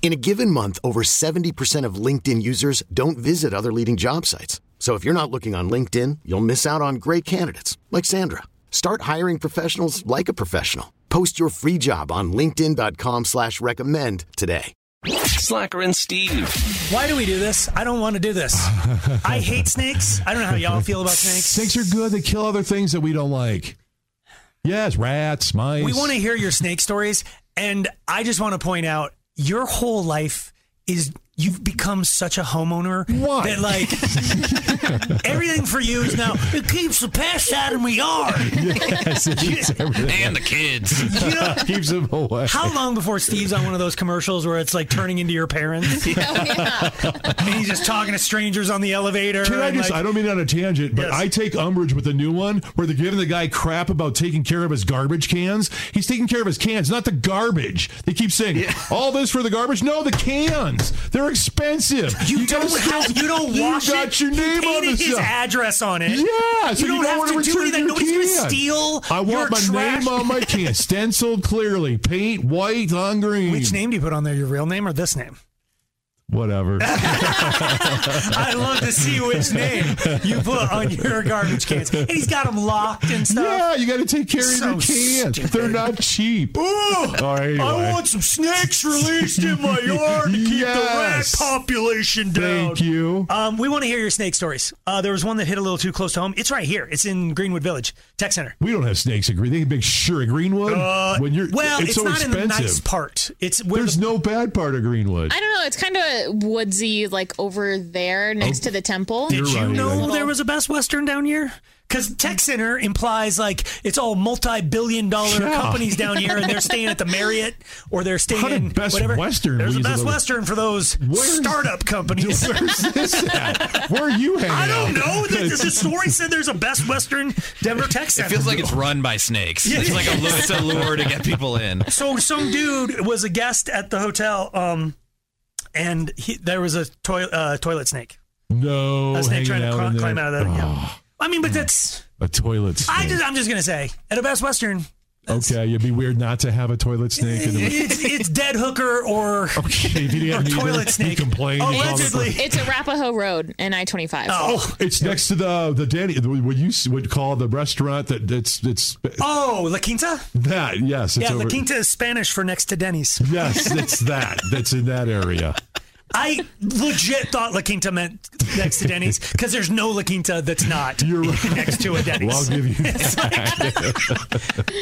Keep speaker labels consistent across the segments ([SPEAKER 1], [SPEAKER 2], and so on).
[SPEAKER 1] In a given month, over 70% of LinkedIn users don't visit other leading job sites. So if you're not looking on LinkedIn, you'll miss out on great candidates like Sandra. Start hiring professionals like a professional. Post your free job on LinkedIn.com slash recommend today.
[SPEAKER 2] Slacker and Steve.
[SPEAKER 3] Why do we do this? I don't want to do this. I hate snakes. I don't know how y'all feel about snakes.
[SPEAKER 4] Snakes are good. They kill other things that we don't like. Yes, rats, mice.
[SPEAKER 3] We want to hear your snake stories, and I just want to point out your whole life is you've become such a homeowner
[SPEAKER 4] Why?
[SPEAKER 3] that like everything for you is now it keeps the pests out of my yard.
[SPEAKER 4] Yes, it eats everything.
[SPEAKER 2] And the kids.
[SPEAKER 3] You know,
[SPEAKER 4] Keeps them away.
[SPEAKER 3] how long before Steve's on one of those commercials where it's like turning into your parents? and he's just talking to strangers on the elevator.
[SPEAKER 4] Can I
[SPEAKER 3] and,
[SPEAKER 4] just?
[SPEAKER 3] like-
[SPEAKER 4] I don't mean it on a tangent, but
[SPEAKER 3] Yes.
[SPEAKER 4] I take umbrage with the new one where they're giving the guy crap about taking care of his garbage cans. He's taking care of his cans, not the garbage. They keep saying all this for the garbage. No, the cans. They're expensive.
[SPEAKER 3] You,
[SPEAKER 4] gotta
[SPEAKER 3] don't
[SPEAKER 4] still-
[SPEAKER 3] have, you don't wash
[SPEAKER 4] You got
[SPEAKER 3] it.
[SPEAKER 4] your
[SPEAKER 3] He
[SPEAKER 4] name on the
[SPEAKER 3] painted his
[SPEAKER 4] stuff.
[SPEAKER 3] address on it.
[SPEAKER 4] Yeah, so
[SPEAKER 3] you don't have
[SPEAKER 4] want
[SPEAKER 3] to do
[SPEAKER 4] return
[SPEAKER 3] anything.
[SPEAKER 4] your
[SPEAKER 3] Nobody's going
[SPEAKER 4] can.
[SPEAKER 3] to steal.
[SPEAKER 4] I want
[SPEAKER 3] your
[SPEAKER 4] my
[SPEAKER 3] trash.
[SPEAKER 4] name on my can, stenciled clearly, paint white on green.
[SPEAKER 3] Which name do you put on there? Your real name or this name?
[SPEAKER 4] Whatever.
[SPEAKER 3] I'd love to see which name you put on your garbage cans. And he's got them locked and stuff.
[SPEAKER 4] yeah, you got to take care of
[SPEAKER 3] So
[SPEAKER 4] your cans.
[SPEAKER 3] stupid.
[SPEAKER 4] They're not cheap.
[SPEAKER 3] Ooh,
[SPEAKER 4] All right, anyway.
[SPEAKER 3] some snakes released in my
[SPEAKER 4] Yes.
[SPEAKER 3] population
[SPEAKER 4] Thank you.
[SPEAKER 3] Um, we want to hear your snake stories. Uh, there was one that hit a little too close to home. It's right here. It's in Greenwood Village Tech Center.
[SPEAKER 4] We don't have snakes at Green. They make sure at Greenwood
[SPEAKER 3] Uh,
[SPEAKER 4] when you're
[SPEAKER 3] Well, it's,
[SPEAKER 4] so
[SPEAKER 3] not
[SPEAKER 4] expensive.
[SPEAKER 3] in the nice part. It's where
[SPEAKER 4] There's
[SPEAKER 3] the,
[SPEAKER 4] no bad part of Greenwood.
[SPEAKER 5] I don't know. It's kind of woodsy, like over there next to the temple.
[SPEAKER 4] Did
[SPEAKER 3] Did
[SPEAKER 4] Oh, You're
[SPEAKER 3] you
[SPEAKER 4] right,
[SPEAKER 3] know
[SPEAKER 4] right.
[SPEAKER 3] there was a Best Western down here? Because Tech Center implies like it's all multi-billion-dollar
[SPEAKER 4] Yeah.
[SPEAKER 3] companies down here, and they're staying at the Marriott or they're staying
[SPEAKER 4] How did
[SPEAKER 3] in
[SPEAKER 4] Best
[SPEAKER 3] whatever.
[SPEAKER 4] Western
[SPEAKER 3] There's a
[SPEAKER 4] weasel
[SPEAKER 3] Best
[SPEAKER 4] the-
[SPEAKER 3] Western for those
[SPEAKER 4] Where's-
[SPEAKER 3] startup companies.
[SPEAKER 4] Where's this at? Where are you hanging
[SPEAKER 3] I don't
[SPEAKER 4] out?
[SPEAKER 3] know. The, the story said there's a Best Western Denver Tech Center.
[SPEAKER 2] It feels like it's run by snakes. It's like a, lu- it's a lure to get people in.
[SPEAKER 3] so some dude was a guest at the hotel, um, and he, there was a toi- uh, toilet snake.
[SPEAKER 4] No,
[SPEAKER 3] A snake trying
[SPEAKER 4] hanging
[SPEAKER 3] to
[SPEAKER 4] out
[SPEAKER 3] cl-
[SPEAKER 4] in there.
[SPEAKER 3] climb out of the. Yeah.
[SPEAKER 4] Oh,
[SPEAKER 3] I mean, but that's.
[SPEAKER 4] a toilet snake.
[SPEAKER 3] I just, I'm just gonna say at a Best Western,
[SPEAKER 4] okay, it'd be weird not to have a toilet snake. In the-
[SPEAKER 3] it's, it's dead hooker or
[SPEAKER 4] okay, if you didn't
[SPEAKER 3] Or
[SPEAKER 4] have any,
[SPEAKER 3] toilet
[SPEAKER 4] then you
[SPEAKER 3] snake.
[SPEAKER 4] complain. It's all the-
[SPEAKER 3] allegedly.
[SPEAKER 5] It's Arapahoe Road and I 25.
[SPEAKER 3] Oh,
[SPEAKER 4] It's next to the the Danny what you s- would call the restaurant that that's it's
[SPEAKER 3] oh, La Quinta.
[SPEAKER 4] that yes it's
[SPEAKER 3] Yeah,
[SPEAKER 4] over
[SPEAKER 3] La Quinta is Spanish for next to Denny's.
[SPEAKER 4] yes it's that that's in that area
[SPEAKER 3] I legit thought La Quinta meant next to Denny's because there's no La Quinta that's not
[SPEAKER 4] You're right.
[SPEAKER 3] next to a Denny's.
[SPEAKER 4] well I'll give you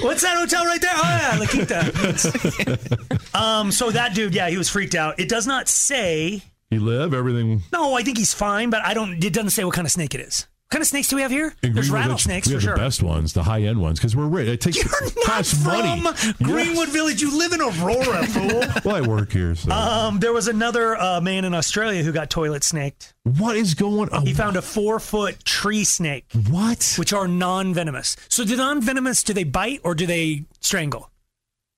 [SPEAKER 3] What's that hotel right there? Oh yeah, La Quinta. um, so that dude, yeah, he was freaked out. It does not say.
[SPEAKER 4] you live everything
[SPEAKER 3] No, I think he's fine, but I don't. It doesn't say what kind of snake it is. What kind of snakes do we have here?
[SPEAKER 4] in
[SPEAKER 3] There's
[SPEAKER 4] Greenwood,
[SPEAKER 3] rattlesnakes
[SPEAKER 4] we
[SPEAKER 3] for
[SPEAKER 4] have
[SPEAKER 3] sure.
[SPEAKER 4] the best ones the high end ones because we're rich it takes
[SPEAKER 3] You're not
[SPEAKER 4] costs
[SPEAKER 3] from
[SPEAKER 4] money
[SPEAKER 3] Greenwood Village. You live in Aurora, fool.
[SPEAKER 4] Yes. well I work here so
[SPEAKER 3] Um, there was another uh, man in Australia who got toilet snaked.
[SPEAKER 4] what is going on
[SPEAKER 3] He found a four foot tree snake,
[SPEAKER 4] what
[SPEAKER 3] which are non venomous. So the non venomous, do they bite or do they strangle?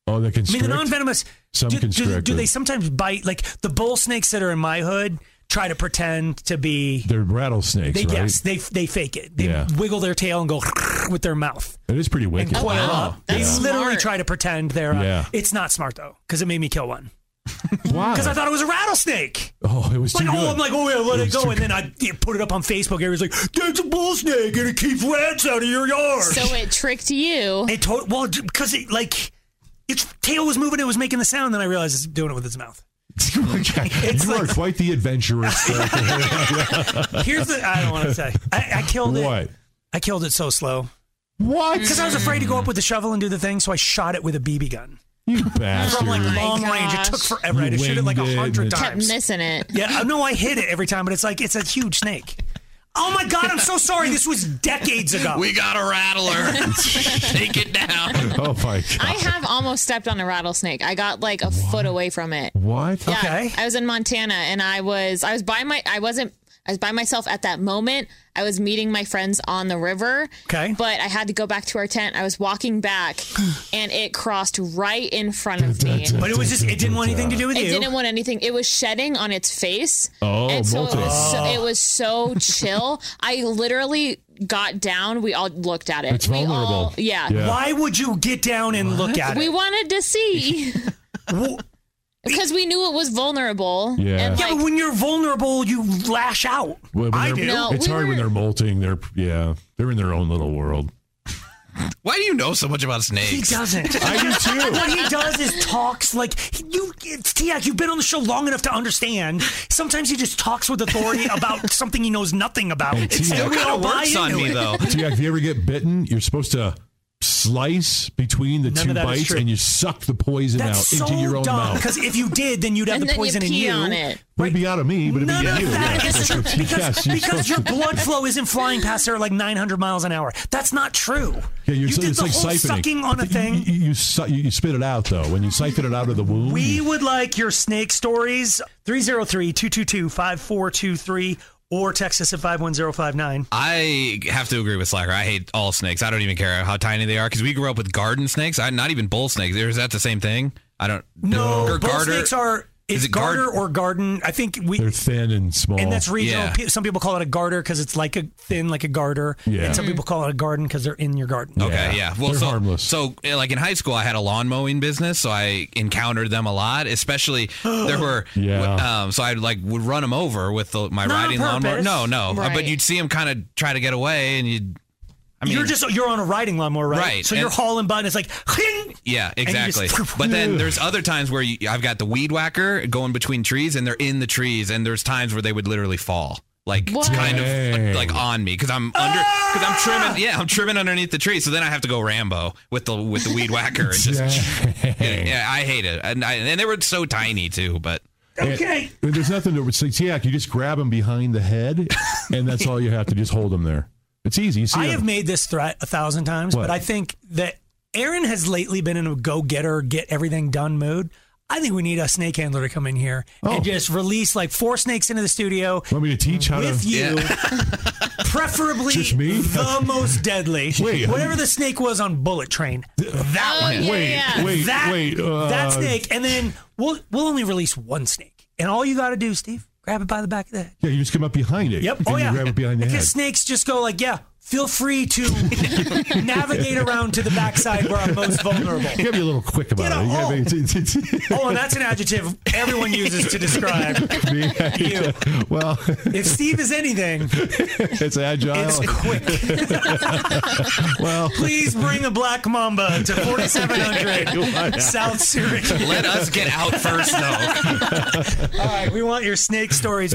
[SPEAKER 4] oh they
[SPEAKER 3] I mean,
[SPEAKER 4] constrict
[SPEAKER 3] the non venomous,
[SPEAKER 4] Some
[SPEAKER 3] do, do,
[SPEAKER 4] constrict
[SPEAKER 3] do
[SPEAKER 4] it.
[SPEAKER 3] they sometimes bite? Like the bull snakes that are in my hood try to pretend to be.
[SPEAKER 4] they're rattlesnakes
[SPEAKER 3] They
[SPEAKER 4] right
[SPEAKER 3] yes, they they fake it. They
[SPEAKER 4] Yeah.
[SPEAKER 3] wiggle their tail and go with their mouth.
[SPEAKER 4] it is pretty
[SPEAKER 3] and
[SPEAKER 4] wicked
[SPEAKER 3] coil
[SPEAKER 5] wow.
[SPEAKER 3] up. They
[SPEAKER 5] That's
[SPEAKER 3] literally
[SPEAKER 5] smart.
[SPEAKER 3] try to pretend they're. Uh,
[SPEAKER 4] Yeah.
[SPEAKER 3] It's not smart though, because it made me kill one.
[SPEAKER 4] wow
[SPEAKER 3] Because I thought it was a rattlesnake.
[SPEAKER 4] oh it was
[SPEAKER 3] Like,
[SPEAKER 4] too
[SPEAKER 3] oh,
[SPEAKER 4] good.
[SPEAKER 3] I'm like, oh yeah, let it
[SPEAKER 4] was
[SPEAKER 3] go,
[SPEAKER 4] too
[SPEAKER 3] and then I yeah, put it up on Facebook. Everybody's like, that's a bull snake, and it keeps rats out of your yard.
[SPEAKER 5] So it tricked you.
[SPEAKER 3] it to- well, because it like its tail was moving, it was making the sound. Then I realized it's doing it with its mouth.
[SPEAKER 4] Okay.
[SPEAKER 3] It's
[SPEAKER 4] you
[SPEAKER 3] like-
[SPEAKER 4] are quite the adventurous
[SPEAKER 3] Here's the I don't want to say. I, I killed it.
[SPEAKER 4] what
[SPEAKER 3] I killed it so slow.
[SPEAKER 4] What?
[SPEAKER 3] Because I was afraid to go up with the shovel and do the thing, so I shot it with a BB gun
[SPEAKER 4] You
[SPEAKER 3] from
[SPEAKER 4] bastard.
[SPEAKER 3] like long
[SPEAKER 5] Oh my
[SPEAKER 3] range. It took
[SPEAKER 5] gosh.
[SPEAKER 3] forever. I had to
[SPEAKER 4] You
[SPEAKER 3] shoot it like
[SPEAKER 4] winged
[SPEAKER 3] a
[SPEAKER 4] it,
[SPEAKER 3] hundred
[SPEAKER 4] and it-
[SPEAKER 5] Kept
[SPEAKER 3] times.
[SPEAKER 5] missing it.
[SPEAKER 3] Yeah, uh, no, I hit it every time, but it's like it's a huge snake. Oh my god, I'm so sorry. This was decades ago.
[SPEAKER 2] We got a rattler. Take it down.
[SPEAKER 4] oh my
[SPEAKER 5] I
[SPEAKER 4] god.
[SPEAKER 5] have almost stepped on a rattlesnake. I got like a foot away from it.
[SPEAKER 4] What?
[SPEAKER 5] Yeah,
[SPEAKER 3] Okay.
[SPEAKER 5] I was in Montana and I was I was by my I wasn't I was by myself at that moment. I was meeting my friends on the river.
[SPEAKER 3] Okay.
[SPEAKER 5] But I had to go back to our tent. I was walking back and it crossed right in front of me.
[SPEAKER 3] but it was just it didn't want anything to do with
[SPEAKER 5] It
[SPEAKER 3] you.
[SPEAKER 5] didn't want anything. It was shedding on its face.
[SPEAKER 4] Oh,
[SPEAKER 5] and so it,
[SPEAKER 4] molting.
[SPEAKER 5] was so it was so chill. I literally got down. We all looked at it.
[SPEAKER 4] It's
[SPEAKER 5] we
[SPEAKER 4] vulnerable.
[SPEAKER 5] all yeah.
[SPEAKER 4] Yeah.
[SPEAKER 3] Why would you get down and look at
[SPEAKER 5] We
[SPEAKER 3] it?
[SPEAKER 5] wanted to see
[SPEAKER 3] Well,
[SPEAKER 5] because we knew it was vulnerable.
[SPEAKER 4] Yeah.
[SPEAKER 5] And
[SPEAKER 3] yeah,
[SPEAKER 5] like,
[SPEAKER 3] but when you're vulnerable, you lash out.
[SPEAKER 4] Well, when
[SPEAKER 3] I
[SPEAKER 4] they're-
[SPEAKER 3] do.
[SPEAKER 5] No,
[SPEAKER 4] it's
[SPEAKER 5] we
[SPEAKER 4] hard
[SPEAKER 5] were-
[SPEAKER 4] when they're molting. They're yeah, they're in their own little world.
[SPEAKER 2] Why do you know so much about
[SPEAKER 3] He
[SPEAKER 2] snakes?
[SPEAKER 3] doesn't.
[SPEAKER 4] I do too.
[SPEAKER 3] what he does is talks like he- you. It's Tiak. You've been on the show long enough to understand. Sometimes he just talks with authority about something he knows nothing about.
[SPEAKER 4] Hey, It still
[SPEAKER 3] And we
[SPEAKER 2] kinda
[SPEAKER 3] all buy
[SPEAKER 2] works on
[SPEAKER 3] into
[SPEAKER 2] me,
[SPEAKER 3] it.
[SPEAKER 2] though.
[SPEAKER 4] So, yeah, if you ever get bitten, you're supposed to slice between the
[SPEAKER 3] None
[SPEAKER 4] two
[SPEAKER 3] of that is
[SPEAKER 4] bites
[SPEAKER 3] true.
[SPEAKER 4] and you suck the poison
[SPEAKER 3] That's
[SPEAKER 4] out
[SPEAKER 3] so
[SPEAKER 4] into your own
[SPEAKER 3] dumb.
[SPEAKER 4] mouth.
[SPEAKER 3] Because if you did, then you'd have
[SPEAKER 5] and
[SPEAKER 3] the
[SPEAKER 5] then you
[SPEAKER 3] poison
[SPEAKER 5] pee
[SPEAKER 3] in you.
[SPEAKER 5] on it.
[SPEAKER 4] Would be out of me, but it'd
[SPEAKER 3] None
[SPEAKER 4] be
[SPEAKER 3] of
[SPEAKER 4] you.
[SPEAKER 3] that
[SPEAKER 4] Yeah.
[SPEAKER 3] is true. Because,
[SPEAKER 4] yes, you're
[SPEAKER 3] because
[SPEAKER 4] supposed
[SPEAKER 3] your
[SPEAKER 4] to-
[SPEAKER 3] blood flow isn't flying past there like 900 miles an hour. That's not true.
[SPEAKER 4] Yeah, you're,
[SPEAKER 3] you
[SPEAKER 4] so-
[SPEAKER 3] did
[SPEAKER 4] it's
[SPEAKER 3] the
[SPEAKER 4] like
[SPEAKER 3] whole
[SPEAKER 4] siphoning.
[SPEAKER 3] sucking on a
[SPEAKER 4] You-
[SPEAKER 3] thing.
[SPEAKER 4] You, you, su- you, you spit it out though. When you siphon it out of the womb,
[SPEAKER 3] We
[SPEAKER 4] you-
[SPEAKER 3] would like your snake stories 303 222 5423 or text us at 51059.
[SPEAKER 2] I have to agree with Slacker. I hate all snakes. I don't even care how tiny they are because we grew up with garden snakes. I not even bull snakes. Is that the same thing? I don't.
[SPEAKER 3] No,
[SPEAKER 2] Or
[SPEAKER 3] bull
[SPEAKER 2] garter-
[SPEAKER 3] snakes are. Is,
[SPEAKER 2] Is
[SPEAKER 3] it
[SPEAKER 2] it
[SPEAKER 3] garter
[SPEAKER 2] gard-
[SPEAKER 3] or garden? I think we.
[SPEAKER 4] they're thin and small.
[SPEAKER 3] and that's regional.
[SPEAKER 2] Yeah.
[SPEAKER 3] Pe- Some people call it a garter because it's like a thin, like a garter.
[SPEAKER 4] Yeah.
[SPEAKER 3] And some people call it a garden because they're in your garden.
[SPEAKER 2] Okay,
[SPEAKER 4] Yeah,
[SPEAKER 2] yeah. Well,
[SPEAKER 4] they're
[SPEAKER 2] so,
[SPEAKER 4] harmless.
[SPEAKER 2] So, uh, like in high school, I had a lawn mowing business, so I encountered them a lot. Especially there were,
[SPEAKER 4] Yeah.
[SPEAKER 2] Um, so I like would run them over with the, my
[SPEAKER 3] Not on
[SPEAKER 2] riding lawnmower.
[SPEAKER 3] purpose.
[SPEAKER 2] No, no. Uh, But
[SPEAKER 5] Right.
[SPEAKER 2] you'd see them kind of try to get away, and you'd. I mean,
[SPEAKER 3] you're just you're on a riding lawnmower, right?
[SPEAKER 2] Right,
[SPEAKER 3] So you're
[SPEAKER 2] and-
[SPEAKER 3] hauling butt, and it's like,
[SPEAKER 2] Yeah,
[SPEAKER 3] you just-
[SPEAKER 2] exactly. but then there's other times where you, I've got the weed whacker going between trees, and they're in the trees, and there's times where they would literally fall. Like
[SPEAKER 5] What?
[SPEAKER 2] kind
[SPEAKER 4] Dang.
[SPEAKER 2] of like on me because I'm under because I'm
[SPEAKER 3] Ah!
[SPEAKER 2] trimming yeah I'm trimming underneath the tree so then I have to go Rambo with the with the weed whacker and just
[SPEAKER 4] Dang.
[SPEAKER 2] Yeah, I hate it, and, I, and they were so tiny too. But
[SPEAKER 3] okay.
[SPEAKER 4] And there's nothing to it's like Tiak. You just grab them behind the head, and that's all you have to just hold them there. It's easy. You see,
[SPEAKER 3] I
[SPEAKER 4] them.
[SPEAKER 3] have made this threat a thousand times,
[SPEAKER 4] What?
[SPEAKER 3] but I think that Aaron has lately been in a go getter, get everything done mood. I think we need a snake handler to come in here
[SPEAKER 4] Oh.
[SPEAKER 3] and just release like four snakes into the studio
[SPEAKER 4] Want me to teach how
[SPEAKER 3] with
[SPEAKER 4] to?
[SPEAKER 3] you, preferably
[SPEAKER 4] Just me?
[SPEAKER 3] the most deadly.
[SPEAKER 4] Wait,
[SPEAKER 3] whatever the snake was on Bullet Train, that
[SPEAKER 5] Oh,
[SPEAKER 3] one.
[SPEAKER 5] yeah,
[SPEAKER 4] wait,
[SPEAKER 5] yeah.
[SPEAKER 4] wait,
[SPEAKER 3] that,
[SPEAKER 4] wait. Uh,
[SPEAKER 3] that snake, and then we'll we'll only release one snake, and all you got to do, Steve, grab it by the back of the head.
[SPEAKER 4] Yeah, you just come up behind it.
[SPEAKER 3] Yep.
[SPEAKER 4] And
[SPEAKER 3] Oh
[SPEAKER 4] you
[SPEAKER 3] yeah.
[SPEAKER 4] grab it behind the head.
[SPEAKER 3] Because snakes just go like, yeah. Feel free to navigate around to the backside where I'm most vulnerable.
[SPEAKER 4] You gotta be a little quick about
[SPEAKER 3] Get
[SPEAKER 4] it.
[SPEAKER 3] a
[SPEAKER 4] You gotta be-
[SPEAKER 3] Oh, and that's an adjective everyone uses to describe you.
[SPEAKER 4] well,
[SPEAKER 3] If Steve is anything,
[SPEAKER 4] it's agile.
[SPEAKER 3] it's quick.
[SPEAKER 4] well,
[SPEAKER 3] Please bring a black mamba to 4700 South Syracuse.
[SPEAKER 2] let us get out first though.
[SPEAKER 3] All right, we want your snake stories.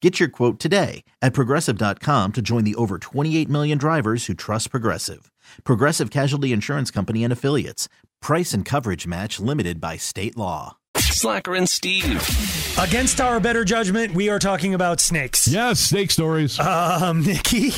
[SPEAKER 6] Get your quote today at progressive.com to join the over 28 million drivers who trust Progressive. Progressive Casualty Insurance Company and Affiliates. Price and coverage match limited by state law.
[SPEAKER 7] Slacker and Steve.
[SPEAKER 3] Against our better judgment, we are talking about snakes.
[SPEAKER 4] yes, snake stories.
[SPEAKER 3] Um, Nikki?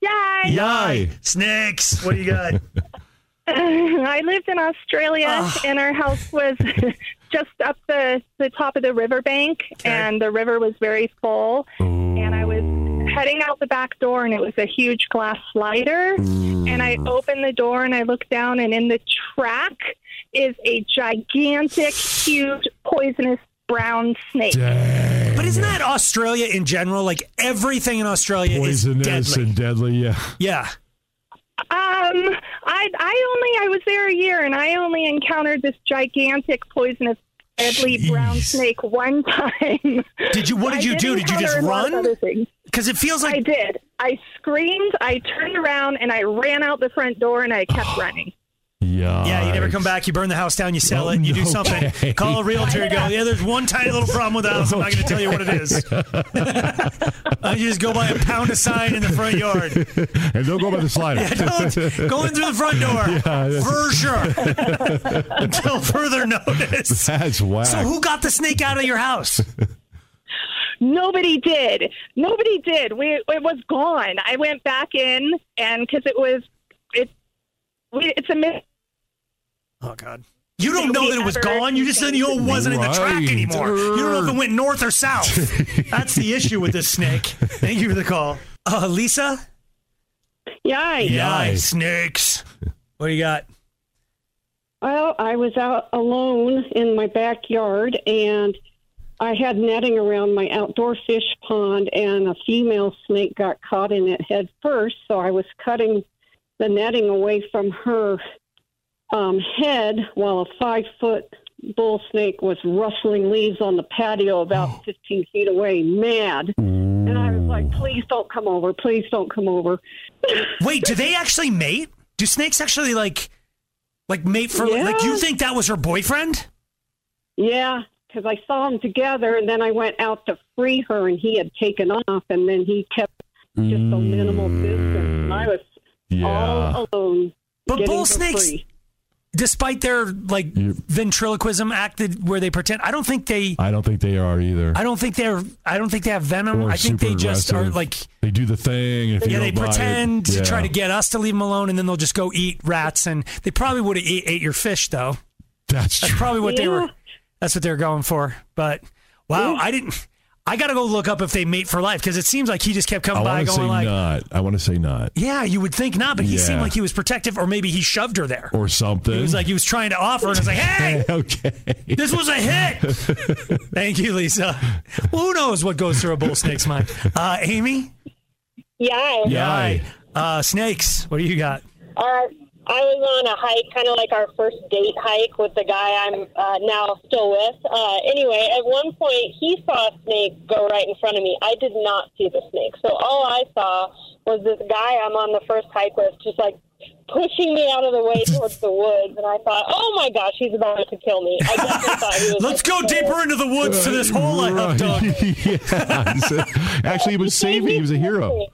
[SPEAKER 8] Yay!
[SPEAKER 4] Yay.
[SPEAKER 3] Snakes. What do you got?
[SPEAKER 8] I lived in Australia, and our house was just up the, the top of the riverbank, and the river was very full. And I was heading out the back door, and it was a huge glass slider. And I opened the door, and I looked down, and in the track is a gigantic, huge, poisonous brown snake.
[SPEAKER 3] But isn't that Australia in general? Like everything in Australia is
[SPEAKER 4] Poisonous
[SPEAKER 3] deadly.
[SPEAKER 4] and deadly. Yeah.
[SPEAKER 3] yeah.
[SPEAKER 8] Um, I did. I only I was there a year, and I only encountered this gigantic poisonous deadly brown
[SPEAKER 3] Jeez.
[SPEAKER 8] snake one time.
[SPEAKER 3] Did you? What
[SPEAKER 8] I
[SPEAKER 3] did you do? Did you just
[SPEAKER 8] encounter a lot of
[SPEAKER 3] run?
[SPEAKER 8] other things.
[SPEAKER 3] Because it feels
[SPEAKER 8] I
[SPEAKER 3] like
[SPEAKER 8] did. I screamed. I turned around and I ran out the front door, and I kept running.
[SPEAKER 4] Yeah.
[SPEAKER 3] yeah, you never come back. You burn the house down. You
[SPEAKER 4] Oh,
[SPEAKER 3] sell it. You do
[SPEAKER 4] okay.
[SPEAKER 3] something. Call a realtor. You go. Yeah, there's one tiny little problem with the house. I'm not going to tell you what it is. I just go by a pound of sign in the front yard.
[SPEAKER 4] And don't go by the slider.
[SPEAKER 3] Yeah, don't go in through the front door
[SPEAKER 4] that's-
[SPEAKER 3] for sure until further notice.
[SPEAKER 4] That's whack.
[SPEAKER 3] So who got the snake out of your house?
[SPEAKER 8] Nobody did. Nobody did. We it was gone. I went back in, and because it was it, we, it's a myth.
[SPEAKER 3] Oh God. You don't
[SPEAKER 8] Did
[SPEAKER 3] know
[SPEAKER 8] we
[SPEAKER 3] that it was
[SPEAKER 8] ever
[SPEAKER 3] gone. You just didn't know it wasn't in the track
[SPEAKER 4] Right.
[SPEAKER 3] anymore. You don't know if it went north or south. That's the issue with this snake. Thank you for the call. Uh, Lisa?
[SPEAKER 8] Yeah.
[SPEAKER 3] Yeah, snakes. What do you got?
[SPEAKER 8] Well, I was out alone in my backyard and I had netting around my outdoor fish pond and a female snake got caught in it head first, so I was cutting the netting away from her um, head while a five foot bull snake was rustling leaves on the patio about 15 feet away, mad. And I was like, please don't come over, please don't come over.
[SPEAKER 3] Wait, do they actually mate? Do snakes actually like like mate for like you
[SPEAKER 8] Yeah.
[SPEAKER 3] think that was her boyfriend?
[SPEAKER 8] Yeah, because I saw them together, and then I went out to free her, and he had taken off, and then he kept just a minimal distance, and I was
[SPEAKER 4] Yeah.
[SPEAKER 3] Mm.
[SPEAKER 8] all alone.
[SPEAKER 3] But
[SPEAKER 8] Oh, getting
[SPEAKER 3] bull
[SPEAKER 8] her
[SPEAKER 3] snakes
[SPEAKER 8] free.
[SPEAKER 3] despite their like
[SPEAKER 4] You-
[SPEAKER 3] ventriloquism acted where they pretend I don't think they
[SPEAKER 4] I don't think they are either.
[SPEAKER 3] I don't think they're I don't think they have venom.
[SPEAKER 4] Or
[SPEAKER 3] I think they
[SPEAKER 4] super
[SPEAKER 3] just are
[SPEAKER 4] aggressive.
[SPEAKER 3] like
[SPEAKER 4] They do the thing. If
[SPEAKER 3] yeah,
[SPEAKER 4] you
[SPEAKER 3] they
[SPEAKER 4] don't buy it-
[SPEAKER 3] pretend to
[SPEAKER 4] Yeah.
[SPEAKER 3] try to get us to leave them alone, and then they'll just go eat rats. And they probably would have ate, ate your fish, though.
[SPEAKER 4] That's
[SPEAKER 3] That's
[SPEAKER 4] true.
[SPEAKER 3] probably what they were.
[SPEAKER 8] Yeah.
[SPEAKER 3] That's what they were going for. But wow, I didn't. I gotta go look up if they mate for life because it seems like he just kept
[SPEAKER 4] I
[SPEAKER 3] coming by,
[SPEAKER 4] want to say
[SPEAKER 3] going like,
[SPEAKER 4] not. I want to say not
[SPEAKER 3] "Yeah, you would think not," but he seemed
[SPEAKER 4] Yeah.
[SPEAKER 3] like he was protective, or maybe he shoved her there.
[SPEAKER 4] or something.
[SPEAKER 3] He was like he was trying to offer, and I was like, "Hey,
[SPEAKER 4] okay.
[SPEAKER 3] This was a hit. Thank you, Lisa. Well, who knows what goes through a bull snake's mind? Uh, Amy?
[SPEAKER 8] Yeah.
[SPEAKER 4] Yeah.
[SPEAKER 3] Uh, snakes, what do you got?
[SPEAKER 8] Our, Uh, I was on a hike, kind of like our first date hike with the guy I'm uh, now still with. Uh, anyway, at one point, he saw a snake go right in front of me. I did not see the snake. So all I saw was this guy I'm on the first hike with just like pushing me out of the way towards the woods. And I thought, oh my gosh, he's about to kill me. I definitely thought he was
[SPEAKER 3] Let's go
[SPEAKER 8] like, "Oh."
[SPEAKER 3] deeper into the woods to this hole I hooked up.
[SPEAKER 4] Yes. Actually, he was saving. He was a hero.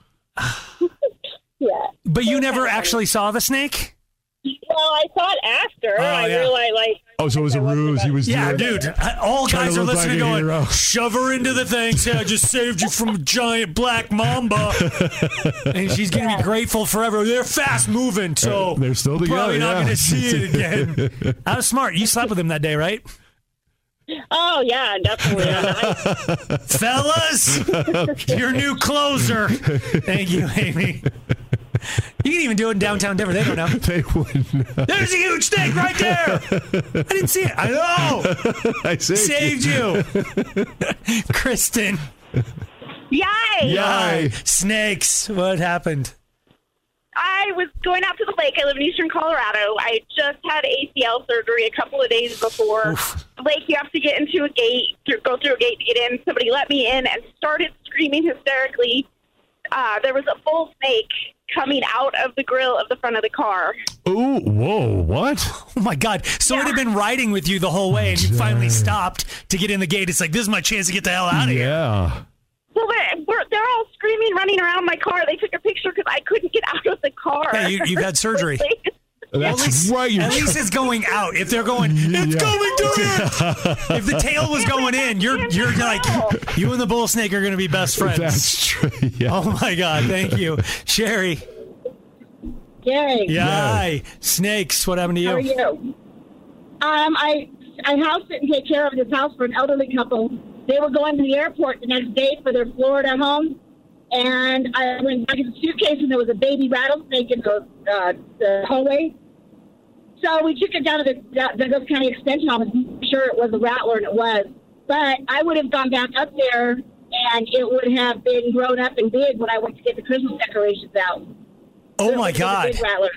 [SPEAKER 8] yeah.
[SPEAKER 3] But you never actually saw the snake?
[SPEAKER 8] Well, I saw it after.
[SPEAKER 3] Oh,
[SPEAKER 8] I
[SPEAKER 3] yeah.
[SPEAKER 8] realized, like,
[SPEAKER 4] Oh, so it was a ruse. He was
[SPEAKER 3] Yeah,
[SPEAKER 4] doing-
[SPEAKER 3] dude. I- All
[SPEAKER 4] Trying to
[SPEAKER 3] guys are
[SPEAKER 4] look like
[SPEAKER 3] listening
[SPEAKER 4] a
[SPEAKER 3] going,
[SPEAKER 4] hero.
[SPEAKER 3] shove her into the thing. Say, I just saved you from a giant black mamba. and she's going to be grateful forever. They're fast moving, so
[SPEAKER 4] Uh, They're still together.
[SPEAKER 3] probably not
[SPEAKER 4] yeah.
[SPEAKER 3] going to see it again. I was smart. You slept with him that day, right?
[SPEAKER 8] oh, yeah, definitely.
[SPEAKER 3] fellas, your new closer. Thank you, Amy. You can even do it in downtown Denver. They don't know.
[SPEAKER 4] They wouldn't.
[SPEAKER 3] There's a huge snake right there. I didn't see it. I know.
[SPEAKER 4] I saved,
[SPEAKER 3] Saved you, Kristen.
[SPEAKER 8] Yay!
[SPEAKER 4] Yay.
[SPEAKER 3] Snakes. What happened?
[SPEAKER 8] I was going out to the lake. I live in eastern Colorado. I just had ACL surgery a couple of days before. The Lake, you have to get into a gate, through, go through a gate to get in. Somebody let me in and started screaming hysterically. Uh, there was a bull snake coming out of the grill of the front of the car.
[SPEAKER 4] Ooh, whoa, what?
[SPEAKER 3] Oh my God! So it had been riding with you the whole way, and you finally stopped to get in the gate. It's like this is my chance to get the hell out of here.
[SPEAKER 4] Yeah.
[SPEAKER 8] So we're, we're, they're all screaming, running around my car. They took a picture because I couldn't get out of the car.
[SPEAKER 3] Yeah, you, you've had surgery.
[SPEAKER 4] That's
[SPEAKER 3] at least,
[SPEAKER 4] right. You're
[SPEAKER 3] at least it's going out. If they're going, it's
[SPEAKER 4] Yeah.
[SPEAKER 3] going to it. If the tail was going in, you're you're like you and the bull snake are going to be best friends.
[SPEAKER 4] That's true. Yeah.
[SPEAKER 3] oh my god! Thank you, Sherry.
[SPEAKER 8] Yay.
[SPEAKER 3] Yay! Snakes. What happened to
[SPEAKER 8] How are
[SPEAKER 3] you?
[SPEAKER 8] you? Um, I I house sit and take care of this house for an elderly couple. They were going to the airport the next day for their Florida home, and I went back in the suitcase, and there was a baby rattlesnake in the uh, the hallway. So we took it down to the down- Douglas County Extension Office. Sure, it was a rattler, and it was. But I would have gone back up there, and it would have been grown up and big when I went to get the Christmas decorations out.
[SPEAKER 3] Oh
[SPEAKER 8] It
[SPEAKER 3] my
[SPEAKER 8] was a
[SPEAKER 3] god!
[SPEAKER 8] big rattler.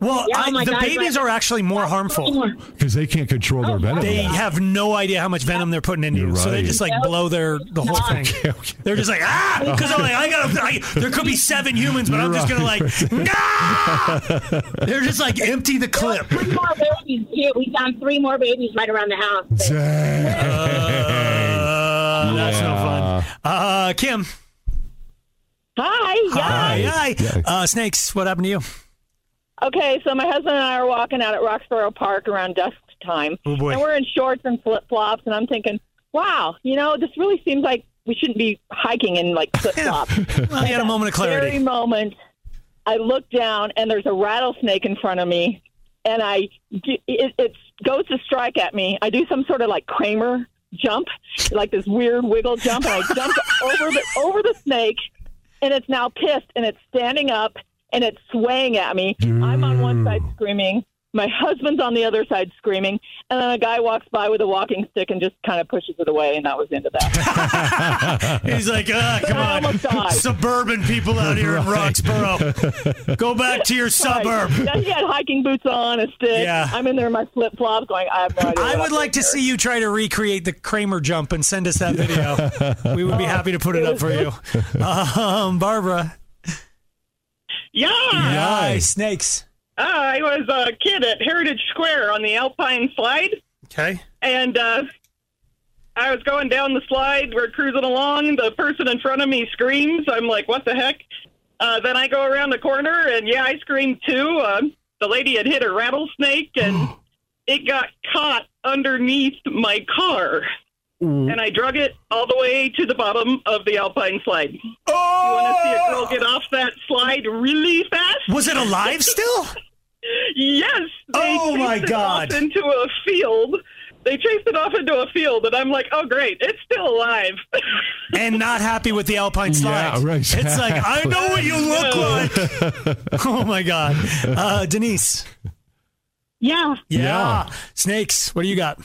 [SPEAKER 3] Well,
[SPEAKER 9] Yeah, oh
[SPEAKER 3] I,
[SPEAKER 9] my
[SPEAKER 3] the
[SPEAKER 9] God, Oh,
[SPEAKER 3] babies
[SPEAKER 9] right.
[SPEAKER 3] are actually more harmful.
[SPEAKER 4] because they can't control their venom.
[SPEAKER 3] They have no idea how much venom they're putting into you, so they
[SPEAKER 4] right.
[SPEAKER 3] just like blow their the whole thing. They're just like ah, because I'm like I got I, there could be seven humans, but I'm just gonna like nah. They're just like empty the clip.
[SPEAKER 9] Three more babies too. We found three more babies right around the house.
[SPEAKER 3] Uh, That's no fun. Uh, Kim,
[SPEAKER 10] Hi. Yeah.
[SPEAKER 3] hi, hi. Uh, snakes. What happened to you?
[SPEAKER 10] Okay, so my husband and I are walking out at Roxborough Park around dusk time,
[SPEAKER 3] Oh, boy.
[SPEAKER 10] and we're in shorts and flip flops, and I'm thinking, wow, you know, this really seems like we shouldn't be hiking in like flip flops.
[SPEAKER 3] Well, you had a moment of
[SPEAKER 10] Very
[SPEAKER 3] clarity.
[SPEAKER 10] moment, I look down and there's a rattlesnake in front of me, and I it, it goes to strike at me. I do some sort of like Kramer jump, like this weird wiggle jump, and I jump over the over the snake, and it's now pissed and it's standing up and it's swaying at me. I'm on one side
[SPEAKER 3] Mm.
[SPEAKER 10] screaming. My husband's on the other side screaming, and then a guy walks by with a walking stick and just kind of pushes it away, and that was the end of that.
[SPEAKER 3] He's like, ah, come
[SPEAKER 10] I
[SPEAKER 3] on.
[SPEAKER 10] almost died.
[SPEAKER 3] Suburban people out here in Roxborough, go back to your suburb.
[SPEAKER 10] Right. Yeah, he had hiking boots on, a stick.
[SPEAKER 3] Yeah.
[SPEAKER 10] I'm in there in my flip flops going, I have no idea.
[SPEAKER 3] I
[SPEAKER 10] what
[SPEAKER 3] would
[SPEAKER 10] I'm
[SPEAKER 3] like to
[SPEAKER 10] doing
[SPEAKER 3] see you try to recreate the Kramer jump and send us that video. we would be happy to put it up for you. Um, Barbara.
[SPEAKER 10] here." Yeah. Uh,
[SPEAKER 3] Hi, snakes.
[SPEAKER 10] I was a kid at Heritage Square on the Alpine slide,
[SPEAKER 3] Okay.
[SPEAKER 10] and uh, I was going down the slide. We're cruising along. The person in front of me screams. I'm like, what the heck? Uh, then I go around the corner, and yeah, I screamed too. Uh, the lady had hit a rattlesnake, and it got caught underneath my car.
[SPEAKER 3] Mm-hmm.
[SPEAKER 10] And I drug it all the way to the bottom of the Alpine slide. You want to see a girl get off that slide really fast?
[SPEAKER 3] Was it alive still?
[SPEAKER 10] Yes. They
[SPEAKER 3] Oh,
[SPEAKER 10] chased
[SPEAKER 3] my
[SPEAKER 10] it
[SPEAKER 3] God.
[SPEAKER 10] Off into a field. They chased it off into a field, and I'm like, "Oh, great! It's still alive."
[SPEAKER 3] And not happy with the Alpine slide.
[SPEAKER 4] Yeah, right,
[SPEAKER 3] It's like, I know what you look like. oh my God. Uh, Denise.
[SPEAKER 9] Yeah.
[SPEAKER 3] Yeah. Snakes. What do you got?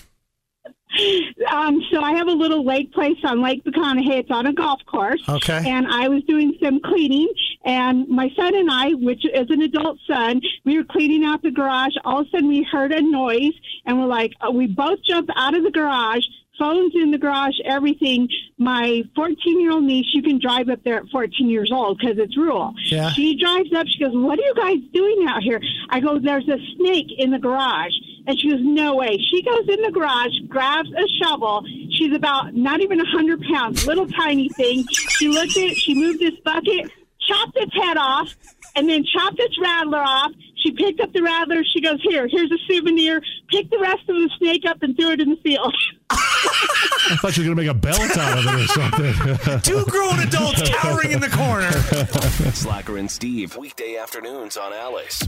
[SPEAKER 9] Um, so I have a little lake place on Lake Pecanahit. It's on a golf course.
[SPEAKER 3] Okay.
[SPEAKER 9] And I was doing some cleaning, and my son and I, which is an adult son, we were cleaning out the garage. All of a sudden, we heard a noise, and we're like, uh, we both jumped out of the garage. Phones in the garage, everything. My 14 year old niece, you can drive up there at 14 years old because it's rural.
[SPEAKER 3] Yeah.
[SPEAKER 9] She drives up. She goes, What are you guys doing out here? I go, There's a snake in the garage. And she goes, No way. She goes in the garage, grabs a shovel. She's about not even a 100 pounds, little tiny thing. She looked at it. She moved this bucket, chopped its head off, and then chopped its rattler off. She picked up the rattler. She goes, Here, here's a souvenir. Picked the rest of the snake up and threw it in the field.
[SPEAKER 4] I thought you were gonna make a belt out of it or something.
[SPEAKER 3] Two grown adults cowering in the corner.
[SPEAKER 11] Slacker and Steve, weekday afternoons on Alice.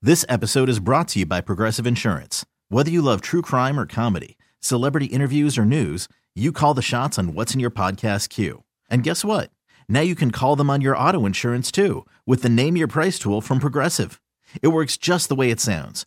[SPEAKER 6] This episode is brought to you by Progressive Insurance. Whether you love true crime or comedy, celebrity interviews or news, you call the shots on what's in your podcast queue. And guess what? Now you can call them on your auto insurance too with the Name Your Price tool from Progressive. It works just the way it sounds.